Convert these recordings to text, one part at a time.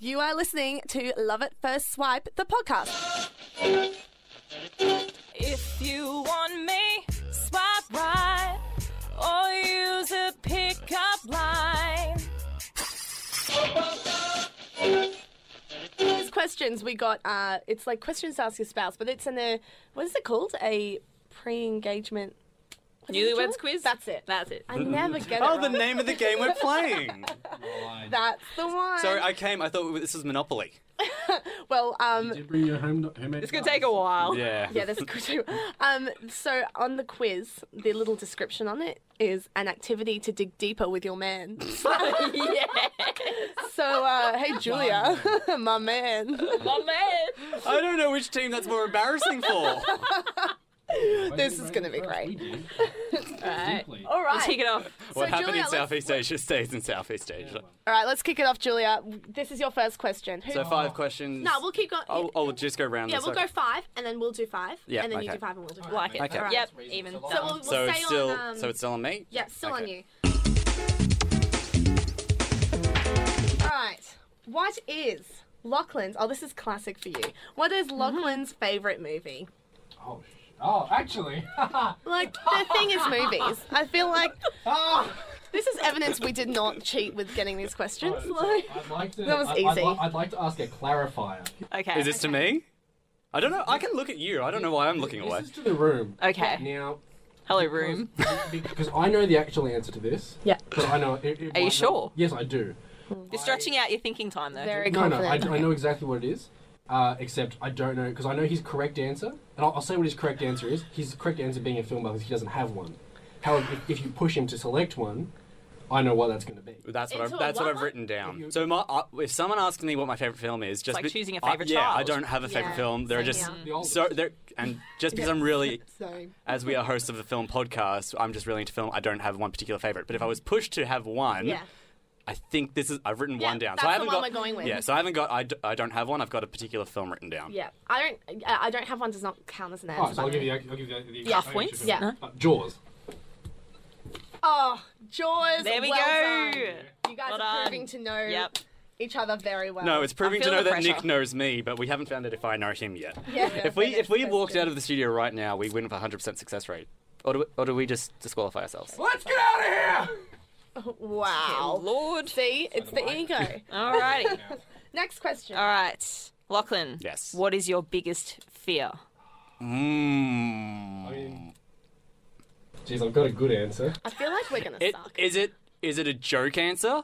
You are listening to Love at First Swipe, the podcast. If you want me, swipe right or use a pickup line. These questions we got are, it's like questions to ask your spouse, but it's in a, what is it called? A pre engagement. Newlyweds quiz? That's it. That's it. I never get it. Oh, the right. name of the game we're playing. That's the one. Sorry, I came. I thought this was Monopoly. well, um, Did you bring your home, homemade It's gonna take a while. Yeah. Yeah, that's good too. Um, so on the quiz, the little description on it is an activity to dig deeper with your man. So, uh, hey Julia, my man, My man. I don't know which team that's more embarrassing for. this is gonna be great. Alright. All Let's kick it off. what happened Julia, in let's- Southeast Asia stays in Southeast Asia. All right, let's kick it off, Julia. This is your first question. Who... So five questions. no, we'll keep going. I'll, I'll just go round. yeah, this we'll way. go five, and then we'll do five, Yeah, and then you okay. do five, and we'll do five. Like it. Okay. All right. Yep. Even. So we'll, we'll So it's stay still, on. Um... so it's still on me. Yeah, still on you. Okay. All right. What is Lachlan's? Oh, this is classic for you. What is Lachlan's favorite movie? Oh, oh actually. Like the thing is movies. I feel like Ah! this is evidence we did not cheat with getting these questions. Like, I'd like to, That was I- I'd, easy. li- I'd like to ask a clarifier. Okay. Is this to me? I don't know. I can look at you. I don't know why I'm looking away. This is to the room. okay. Now, Hello, room. because I know the actual answer to this. Yeah. But I know. It, it might you not- sure? Yes, I do. You're stretching out your thinking time though. very No, no, I, confident. I know exactly what it is. Uh, except I don't know because I know his correct answer, and I'll, I'll say what his correct answer is. His correct answer being a film buff is he doesn't have one. However, if, if you push him to select one, I know what that's going to be. That's what Into I've, a that's what what? I've written down. So my, uh, if someone asks me what my favorite film is, just like be- choosing a I- favourite yeah, I child. don't have a favorite Yeah, film. There are same just here. The oldest. so there, and just because I'm really, Sorry. as we are hosts of the film podcast, I'm just really into film. I don't have one particular favorite, but if I was pushed to have one, Yeah. I think this is. I've written Yeah, one down. that's so the I haven't one got, we're going with. Yeah, so I haven't got. I, d- I don't have one. I've got a particular film written down. Yeah. I don't. I don't have one. Does not count as an answer. Oh, so by I'll the give way. you. I'll give you the, the Half the- points? the- Yeah. Uh, Jaws. Oh, Jaws. There we well go. done. You guys Well are done. proving to know Yep. each other very well. No, it's proving to feeling know the that Nick pressure. knows me, but we haven't found out if I know him yet. Yeah. If we if we walked out of the studio right now, we win with 100% success rate. Or do we, or do we just disqualify ourselves? Let's get out of here. Wow. Lord. See, it's the ego. Alrighty. Next question. Uh, Alright. Lachlan. Yes. What is your biggest fear? Mm. I mean, geez, I've got a good answer. I feel like we're gonna It, suck. is it is it a joke answer?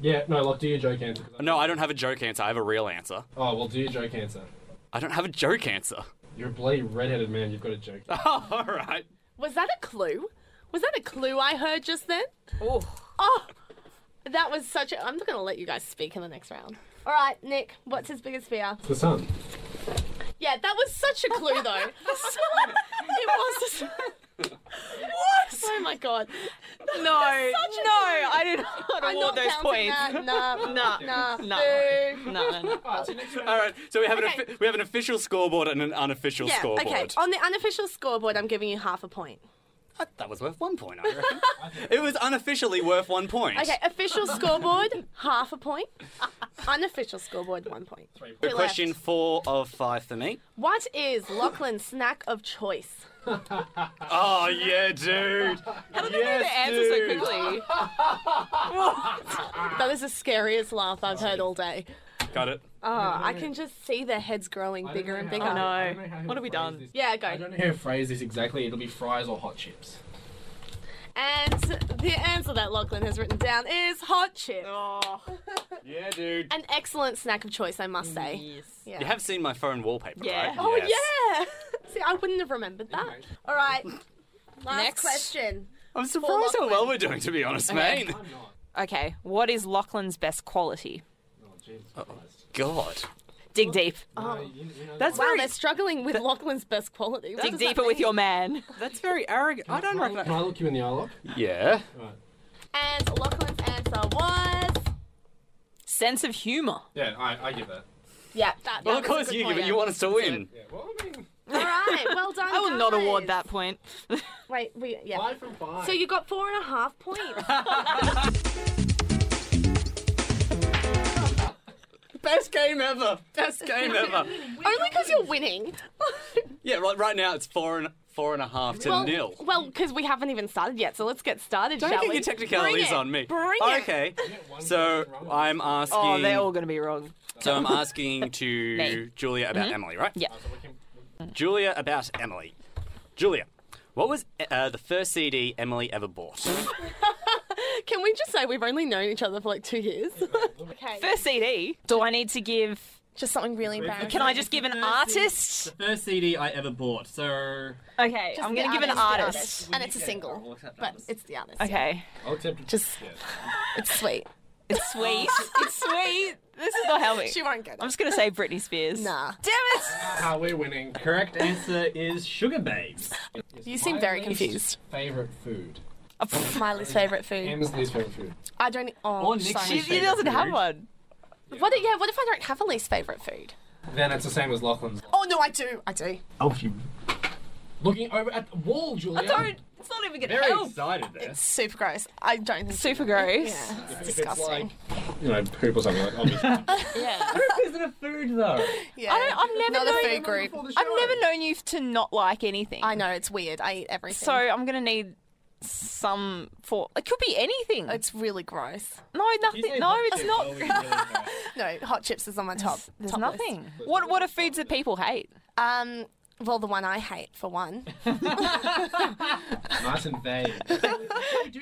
Yeah, no, like do your joke answer. 'cause I- No, I don't have a joke answer. I have a real answer. Oh well, do your joke answer. I don't have a joke answer. You're a bloody redheaded man. You've got a joke. Oh, all right. Was that a clue? Was that a clue I heard just then? Oh. Oh, that was such a. I'm not gonna let you guys speak in the next round. All right, Nick. What's his biggest fear? the sun. Yeah, that was such a clue though. it was. what? Oh my god. No. No, I did not I'm award not those counting points. That. Nah. No. Nah. No. boo. No, no, no. All right. So we have an Okay. offi- we have an official scoreboard and an unofficial Yeah. scoreboard. Okay. Oh, On the unofficial scoreboard, I'm giving you half a point. That- That was worth one point. I reckon. it was unofficially worth one point. Okay, official scoreboard, half a point. Unofficial scoreboard, one point. The Two question left. four of five for me. What is Lachlan's snack of choice? Oh yeah, dude. How did The answer so quickly. That is the scariest laugh I've heard all day. Got it. Oh, I can just see their heads growing bigger and bigger. Oh, no. I don't know how What have we he'll done? phrase this. Yeah, I go. don't know how to phrase this exactly. It'll be fries or hot chips. And the answer that Lachlan has written down is hot chip. Oh, Yeah, dude. An excellent snack of choice, I must say. yes. Yeah. You have seen my phone wallpaper, Yeah. right? Oh, Yes. yeah. see, I wouldn't have remembered that. Anyway. All right. Last Next. question. I'm surprised how Lachlan. well we're doing, to be honest, Okay. mate. I'm not. Okay, what is Lachlan's best quality? Oh, Jesus Christ. God. Dig deep. No, you- you know That's what? Wow, very. they're struggling with Lachlan's best quality. What dig does that deeper with mean? your man. That's very arrogant. I don't Can I- Can I look you in the eye, look? Yeah. Right. And Lachlan's answer was. Sense of humour. Yeah, I, I give that. Yeah, that, Well, of course you give it. You want us to win. Yeah, well, I mean, All right, well done. I will not guys. award that point. Wait, we yeah. five from five. So you got four and a half points. Best game ever. Best game ever. Only because you're winning. Yeah, right, right now it's four and four and a half to well, nil. Well, because we haven't even started yet, so let's get started, Don't shall get we? your technicalities Bring it. on me. Bring it. okay. one So person's wrong with I'm asking. Oh, they're all going to be wrong. So I'm asking to Me. Mm-hmm. Julia about Emily, right? Yeah. Julia about Emily. Julia, what was uh, the first CD Emily ever bought? Can we just say we've only known each other for like two years? okay. First CD. Do I need to give? Just something really embarrassing. Can I just give an artist? First CD I ever bought. So Okay, I'm going to give an artist. And it's a single. But it's the artist. Okay, I'll accept it. Just, it's sweet. it's sweet. it's sweet. This is not helping. She won't get it. I'm just going to say Britney Spears. Nah. Damn it! Ah, we're winning. Correct answer is Sugar Babes. You seem very confused. Favorite food. My least favourite food. Em's least favorite food. I don't. Oh, Or Nick's sorry. least He doesn't Favourite have food. one. What? Yeah. What if I don't have a least favourite food? Then it's the same as Lachlan's. Oh no, I do. I do. Oh, you Looking over at the wall, Julia. It's not even going very excited there. Super gross. I don't think. Super gross. Yeah. It's If it's disgusting. like, you know, poop or something like. Obviously. Poop isn't a food though. Yeah. I don't, I've never Not a known. food group. I've never known you to not like anything. I know it's weird. I eat everything. So I'm going to need some for. It could be anything. it's really gross. no, nothing. No, it's not. No, hot chips is on my top. There's top list. nothing. What What are foods that people hate? Um. Well, the one I hate for one. nice and vague.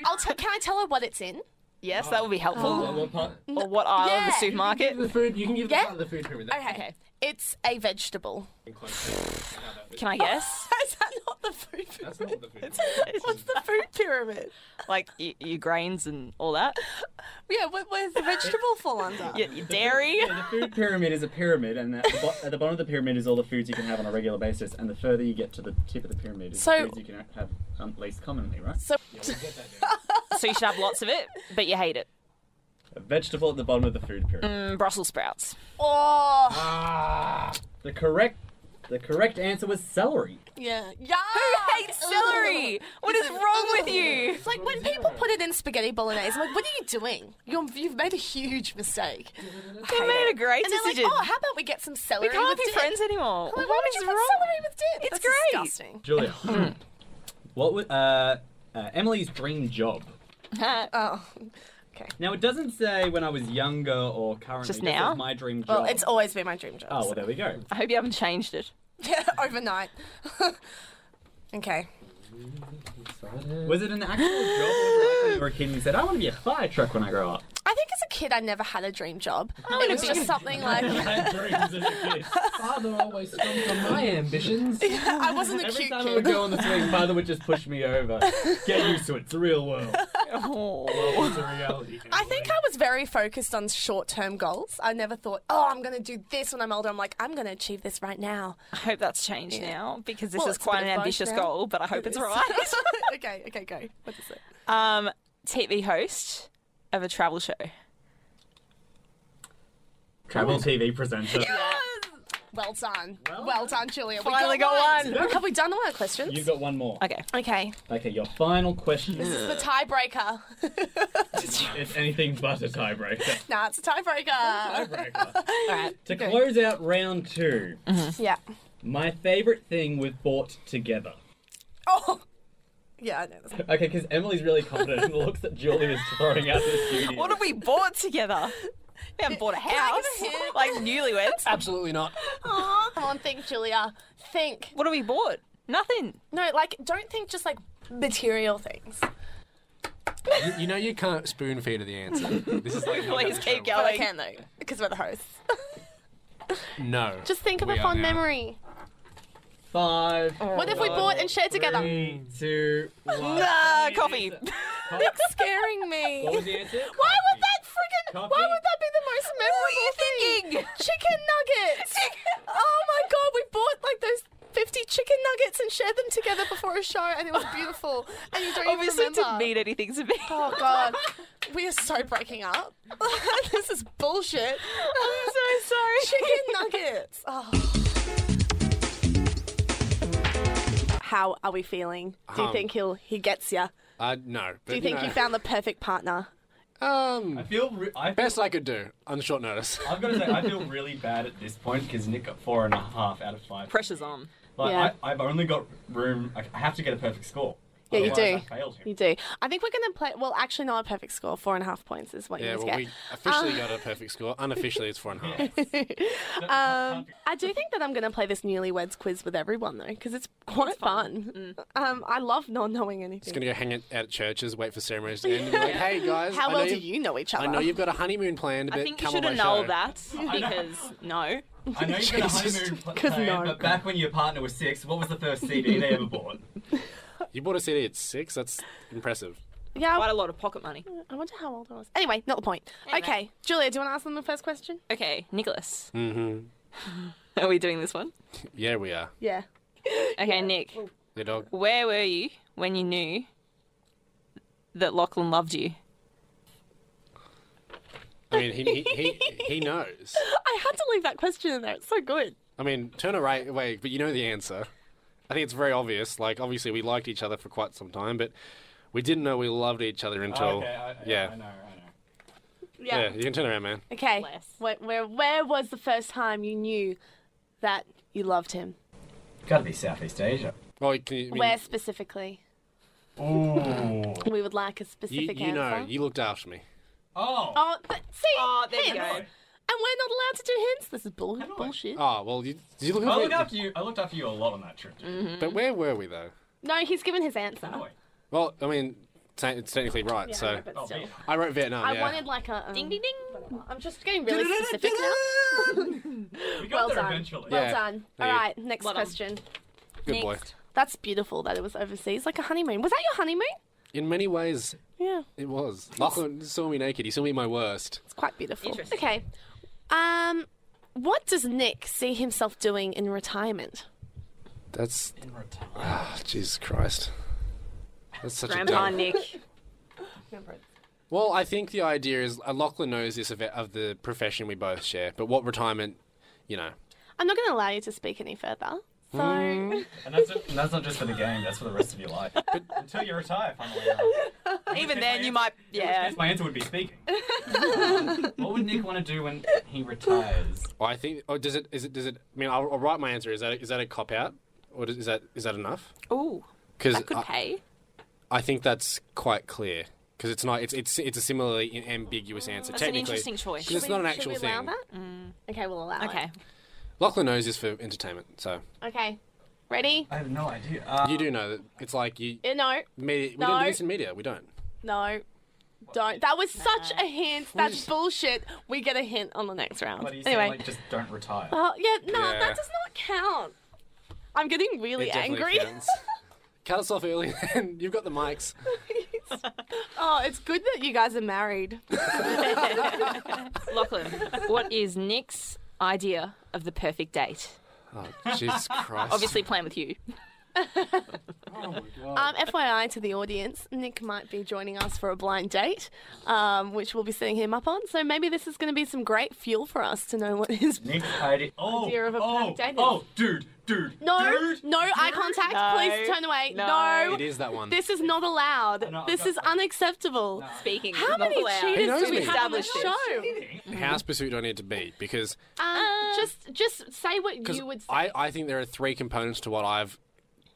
I'll t- can I tell her what it's in? Yes, that would be Oh. helpful. What part? Or what aisle of the Yeah. supermarket? The food. You can give Yeah? the, part of the food pyramid. That Okay. Okay. It's a vegetable. Can I guess? Is that not the food? That's not what the food. Is. What's the food pyramid? like y- your grains and all that. Yeah, what, where's the vegetable fall under? Your, your dairy. Yeah, the food pyramid is a pyramid, and at the, bo- at the bottom of the pyramid is all the foods you can have on a regular basis. And the further you get to the tip of the pyramid, is So- the foods you can have um, least commonly, right? So So you should have lots of it, but you hate it. A vegetable at the bottom of the food pyramid. Mm, Brussels sprouts. Oh, Ah. The correct, the correct answer was celery. yeah. Yeah. Who hates celery? What is wrong with you? It's like when people put it in spaghetti bolognese, I'm like, what are you doing? You're, you've made a huge mistake. You made a great And they're like, decision. oh, how about we get some celery? we can't with be dip? friends anymore. I'm like, why what would is you wrong? have celery with dip? It's That's great. disgusting. Julia, Hmm. what was uh, uh, Emily's dream job? Oh, Now it doesn't say when I was younger or currently. Just it says now? my dream job. well, it's always been my dream job. oh so- well, there we go. I hope you haven't changed it. Yeah, overnight. okay. Was it an actual job? Or was it like when you were a kid and you said, "I want to be a fire truck when I grow up." I think as a kid, I never had a dream job. it would've was just been- something like Father always comes from my ambitions. I wasn't a Every cute time I would kid. go on the swing, father would just push me over. Get used to it. It's the real world. Oh. It's a reality. I think I was very focused on short-term goals. I never thought, oh, I'm going to do this when I'm older. I'm like, I'm going to achieve this right now. I hope that's changed now because this Well, is it's a quite bit an of both ambitious now. goal, but I hope it's right. okay, okay, go. What is it? Um, TV host of a travel show. Travel TV presenter. Well done. Well, Well done, Julia. We Finally got one. Have we done all our questions? You've got one more. Okay. Okay. Okay, your final question This is the tiebreaker. is anything but a tiebreaker. nah, it's a tiebreaker. tiebreaker. All right. to close out round two, yeah. my favorite thing was bought together. Oh. Yeah, I know. That's Okay, because Emily's really confident in the looks that Julie is throwing out to the studio. What have we bought together? We haven't bought a house. give a hint? like newlyweds. Absolutely not. Aw, Come on, think, Julia. Think. What have we bought? Nothing. No, like, don't think just like material things. You, you know you can't spoon feed her the answer. This is like Please keep But I going. can though, because we're the hosts. no. Just think of We a are fond now. memory. Five, What if we bought and shared together? three, two, one. Nah, coffee. Nick's scaring me. What was the answer? Why would that friggin' Why Coffee. would that be the most memorable thing? Chicken nuggets. Oh my god, we bought like those 50 chicken nuggets and shared them together before a show and it was beautiful. And you don't Obviously, it even remember. didn't mean anything to me. Oh god. We are so breaking up. this is bullshit. I'm so sorry. Chicken nuggets. Oh. How are we feeling? Do you Um, think he'll he gets you? Uh, no. But, Do you think know, you found the perfect partner? I Um, feel re- I best I could do on short notice. I've got to say I feel really bad at this point because Nick got four and a half out of five. Pressure's on. Like Yeah. I, I've only got room. I have to get a perfect score. Yeah, you Otherwise do. I failed him. You do. I think we're going to play. Well, actually, not a perfect score. Four and a half points is what you Yeah, need well, to we Uh. officially got a perfect score. Unofficially, it's four and a half. get. um, I do think that I'm going to play this newlyweds quiz with everyone though, because it's quite fun. Um, I love not knowing Just anything. gonna go hang out at churches, wait for ceremonies to end, and be like, "Hey guys, How I well know do you know each I other? know you've got a honeymoon planned, but I think you come should on have my known that show." because no. I know you've got a Jesus. honeymoon pl- 'Cause plan, no. but back when your partner was six, what was the first CD they ever bought? You bought a CD at six. That's impressive. yeah, Quite a lot of pocket money. I wonder how old I was. Anyway, not the point. Anyway. Okay, Julia, do you want to ask them the first question? Okay, Nicholas. Mm-hmm. Are we doing this one? Yeah, we are. Yeah. Okay, Nick. The dog. Where were you when you knew that Lachlan loved you? I mean, he he, he, he knows. I had to leave that question in there. It's so good. I mean, turn it right away, but you know the answer. I think it's very obvious. Like, obviously, we liked each other for quite some time, but we didn't know we loved each other until. Oh, okay, I, I- yeah. I know, I yeah, You can turn around, man. Okay. Bless. Where, where where was the first time you knew that you loved him? know. Gotta be Southeast Asia. Well, can you, I mean, Oh. Where specifically? Ooh. We would like a you, specific you know, answer. you looked after me. Oh. Oh, but see, Oh, there you hints. go. And we're not allowed to do hints. This is bull- know. bullshit. Oh well, you, did you look I at looked me? after you. I looked after you a lot on that trip. Dude. But where were we though? No, he's given his answer. Hanoi. Well, I mean, te- it's technically right. Yeah, I so know, but Oh, still. man. I wrote Vietnam. I yeah. wanted like a um, Ding ding ding. I'm just getting really specific now. we got Well there done. eventually. Well Yeah. done. There you All go. right, next Well done. question. Good boy. Next. That's beautiful that it was overseas, like a honeymoon. Was that your honeymoon? In many ways, Yeah, it was. Lachlan saw me naked. He saw me at my worst. it's quite beautiful. Interesting. Okay. Um, what does Nick see himself doing in retirement? That's. Ah, Jesus Christ. That's such Grandpa a dumb. Nick. Well, I think the idea is uh, Lachlan knows this of, of the profession we both share, but what retirement, you know. I'm not going to allow you to speak any further. So, Mm. And that's, it- and that's not just for the game. That's for the rest of your life. Until you retire, finally. uh, Even then, you might. Yeah. My answer would be speaking. Um, what would Nick want to do when he retires? Well, I think. Or does it? Is it? Does it? I mean, I'll, I'll write my answer. Is that? Is that a cop out? Or does, is that? Is that enough? Ooh, Because that could pay. I think that's quite clear because it's not. It's it's it's a similarly ambiguous answer. That's an technically, interesting choice. because it's not an should actual we allow thing. that? Okay, we'll allow it. Mm. Okay. Lachlan knows this for entertainment, so Okay. Ready? I have no idea. Um, you do know that it's like you. Uh, No, Media, we No. don't do this in media. We don't. no, don't. That was such a hint. That's bullshit. We get a hint on the next round. What do you say? anyway. Like, just don't retire. Oh yeah, no, Yeah. that does not count. I'm getting really It definitely angry. counts. Cut us off early, and you've got the mics. oh, it's good that you guys are married. Lachlan, what is Nick's idea of the perfect date? Oh, Jesus Christ! Oh Obviously, plan with you. Um, FYI to the audience, Nick might be joining us for a blind date, um, which we'll be setting him up on. So maybe this is going to be some great fuel for us to know what his. Nick's idea. Oh, Idea of a oh, perfect date is- oh, dude, dude, No, dude. no eye contact. No. Please turn away. No. No, it is that one. this is not allowed. No, I've this got- is unacceptable. Speaking. How not many allowed. cheaters knows do we me? have on the Established it. show? House pursuit. I need to be because Um, just, just say what because you would say. I I think there are three components to what I've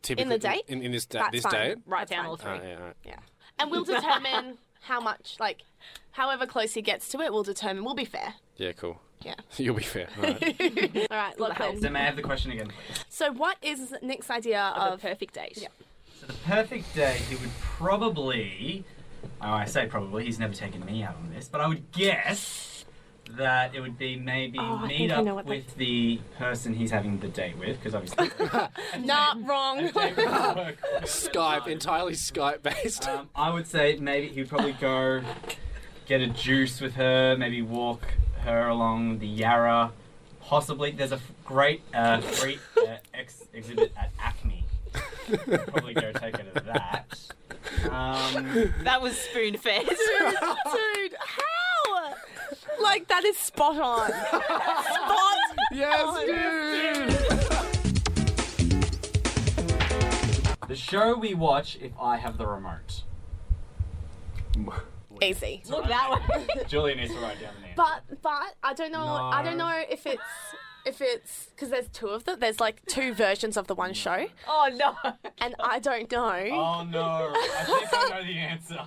typically date? in, in this da- That's this fine. date. Write That's down fine. all three. Alright, yeah, alright. Yeah. And we'll determine how much, like, however close he gets to it, we'll determine. We'll be fair. Yeah, cool. Yeah. You'll be fair. All right. All right, Lachlan. So may I have the question again, please? So, what is Nick's idea Of of. the perfect date. So the perfect day, he would probably. Oh, I say probably. He's never taken me out on this, but I would guess that it would be maybe Oh, I meet think I know up what with the person he's having the date with, because obviously. Not wrong. Skype, Skype. entirely Skype based. Um, I would say maybe he'd probably go get a juice with her, maybe walk her along the Yarra. Possibly, there's a f- great uh, free uh, ex- exhibit at Acme. probably go take her to that. Um, That was spoon fed. Dude, how? Like, that is spot on. spot yes, dude. the show we watch if I have the remote. Easy. Look that way. Julia needs to write down the name. But but I don't know. I don't No. know if it's if it's because there's two of them. There's like two versions of the one show, Oh no. and I don't know. Oh no! I think I know the answer.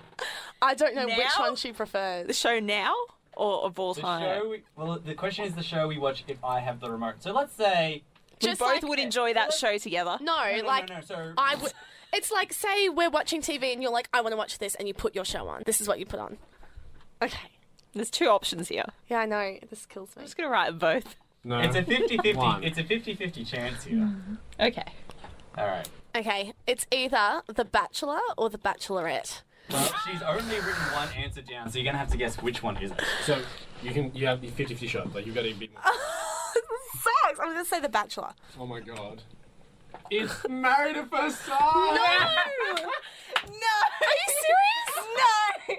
I don't know which Now? one she The prefers. show now or of all The time? show. We, well, the question is the show we watch if I have the remote. So let's say We Just both like- would enjoy that show together. No, no, no, like no, no, so I would. It's like say we're watching TV and you're like, I want to watch this, and you put your show on. This is what you put on. Okay. There's two options here. I'm Yeah, I know. This kills me. just gonna write both. No. it's a 50-50. One. it's a 50-50 chance here. Okay. All right. Okay, it's either The Bachelor or The Bachelorette. Well, she's only written one answer down, so you're gonna have to guess which one is it. So you can you have the 50-50 shot. Like you've got to beat. me. Sucks. I'm gonna say The Bachelor. Oh my god. It's married at first sight. No. Are you serious? no.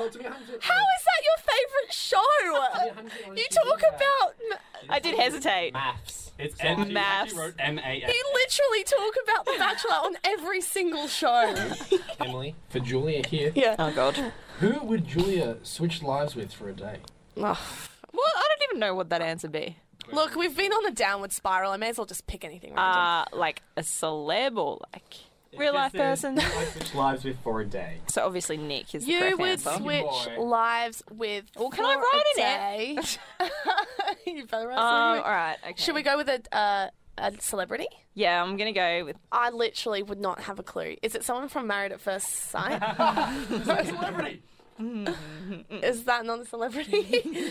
Well, to be 100, How is that your favorite show? You talk about. I did hesitate. maths. It's M- she Maths. actually wrote M A S. You literally talk about The Bachelor on every single show. Emily for Julia here. Oh god. Who would Julia switch lives with for a day? Ugh. Well, I don't even know what that answer be. Oh. Look, we've been on a downward spiral. I may as well just pick anything random. Uh, like a celeb or like real just life says- person. I switched lives with for a day. so obviously Nick is the you correct would answer. Um, switch Boy. lives with. Well, can I write in it? you better write Um, all something. right. Okay. Should we go with a, uh, a celebrity? Yeah, I'm gonna go with. I literally would not have a clue. Is it someone from Married at First Sight? Celebrity. Is that not a celebrity?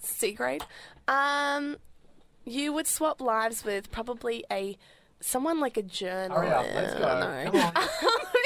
C grade. Um, you would swap lives with probably a someone like a journalist. Hurry up, let's go. No.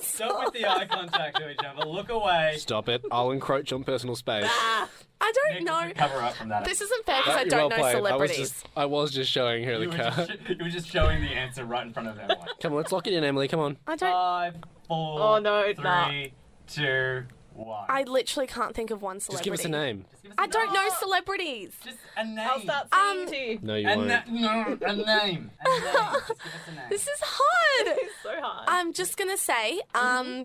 Stop with the eye contact to each other. Look away. Stop it. I'll encroach on personal space. I don't Nick, know. just Cover up from that. This isn't fair because I You're don't well know played. I was, celebrities. just, I was just showing her you, the were card. just, you were just showing the answer right in front of everyone. Come on, let's lock it in, Emily. Come on. I don't. Five, four, Oh, no, it's not. three, two, one. I literally can't think of one Just celebrity. give us a name. Just give us I a don't name. know celebrities. Just a name. I'll start singing singing Um, to you. No, you A won't. na- no, a name. A name. Just give us a name. This is hard. It's so hard. I'm just gonna say, um,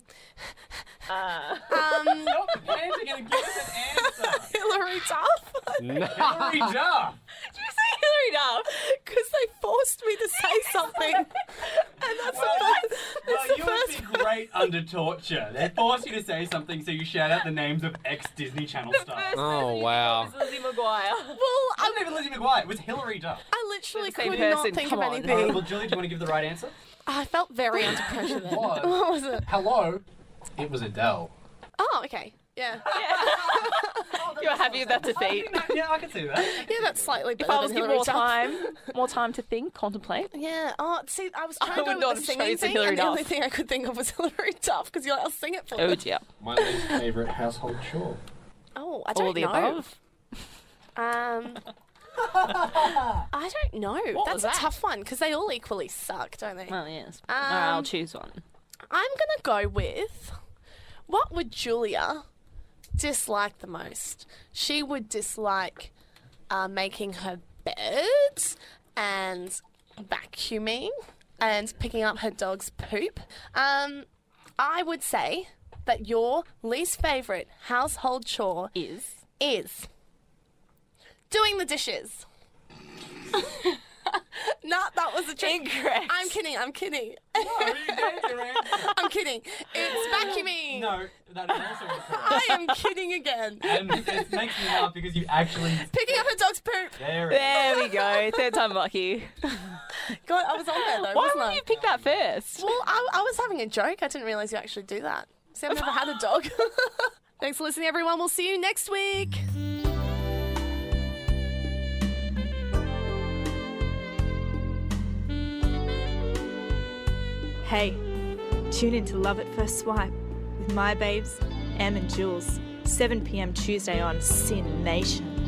Uh, um, Stop panicking and give us an answer. Hillary Duff. No. Hillary Duff. Did you say Hillary Duff? Because they forced me to say something. and that's Well, the first. Well, That's you the would first. be great under torture. They force you to say something, so you shout out the names of ex Disney Channel stars. Oh, wow. Lizzie McGuire. Well, I I'm, don't even Lizzie McGuire. It was Hillary Duff. I literally They're the same could not person, think of come on. anything. well, Julie, do you want to give the right answer? I felt very under pressure then. What? what was it? Hello. It was Adele. Oh, okay. Yeah. You're happy about defeat. yeah, I can see that. Yeah, that's slightly If better I was than given Hillary more Duff. time, more time to think, contemplate. Yeah. Oh, see, I was trying would to not do the have singing chosen thing, Hillary and the Duff. only thing I could think of was Hillary Duff because you're like, I'll sing it for Oh them. dear. My least favorite household chore. Oh, I don't All the know. above. Um, I don't know. was That's that? a tough one because they all equally suck, don't they? Well, yes. I'll choose one. I'm gonna go with what would Julia dislike the most? She would dislike uh, making her bed and vacuuming and picking up her dog's poop. Um, I would say that your least favorite household chore Is is doing the dishes. no, that was a trick. incorrect. I'm kidding. I'm kidding. No, you gave your answer. I'm kidding. It's vacuuming. No, that is also incorrect. I am kidding again. And it makes me laugh because you actually. Picking up a dog's poop. There it There we go. Third time lucky. God, I was um, on there though, Why wasn't would I? you pick that first? Well, I, I was having a joke. I didn't realize you actually do that. See, I've never had a dog. Thanks for listening, everyone. We'll see you next week. Hey, tune in to Love at First Swipe with my babes, Em and Jules, 7 pm Tuesday on Sin Nation.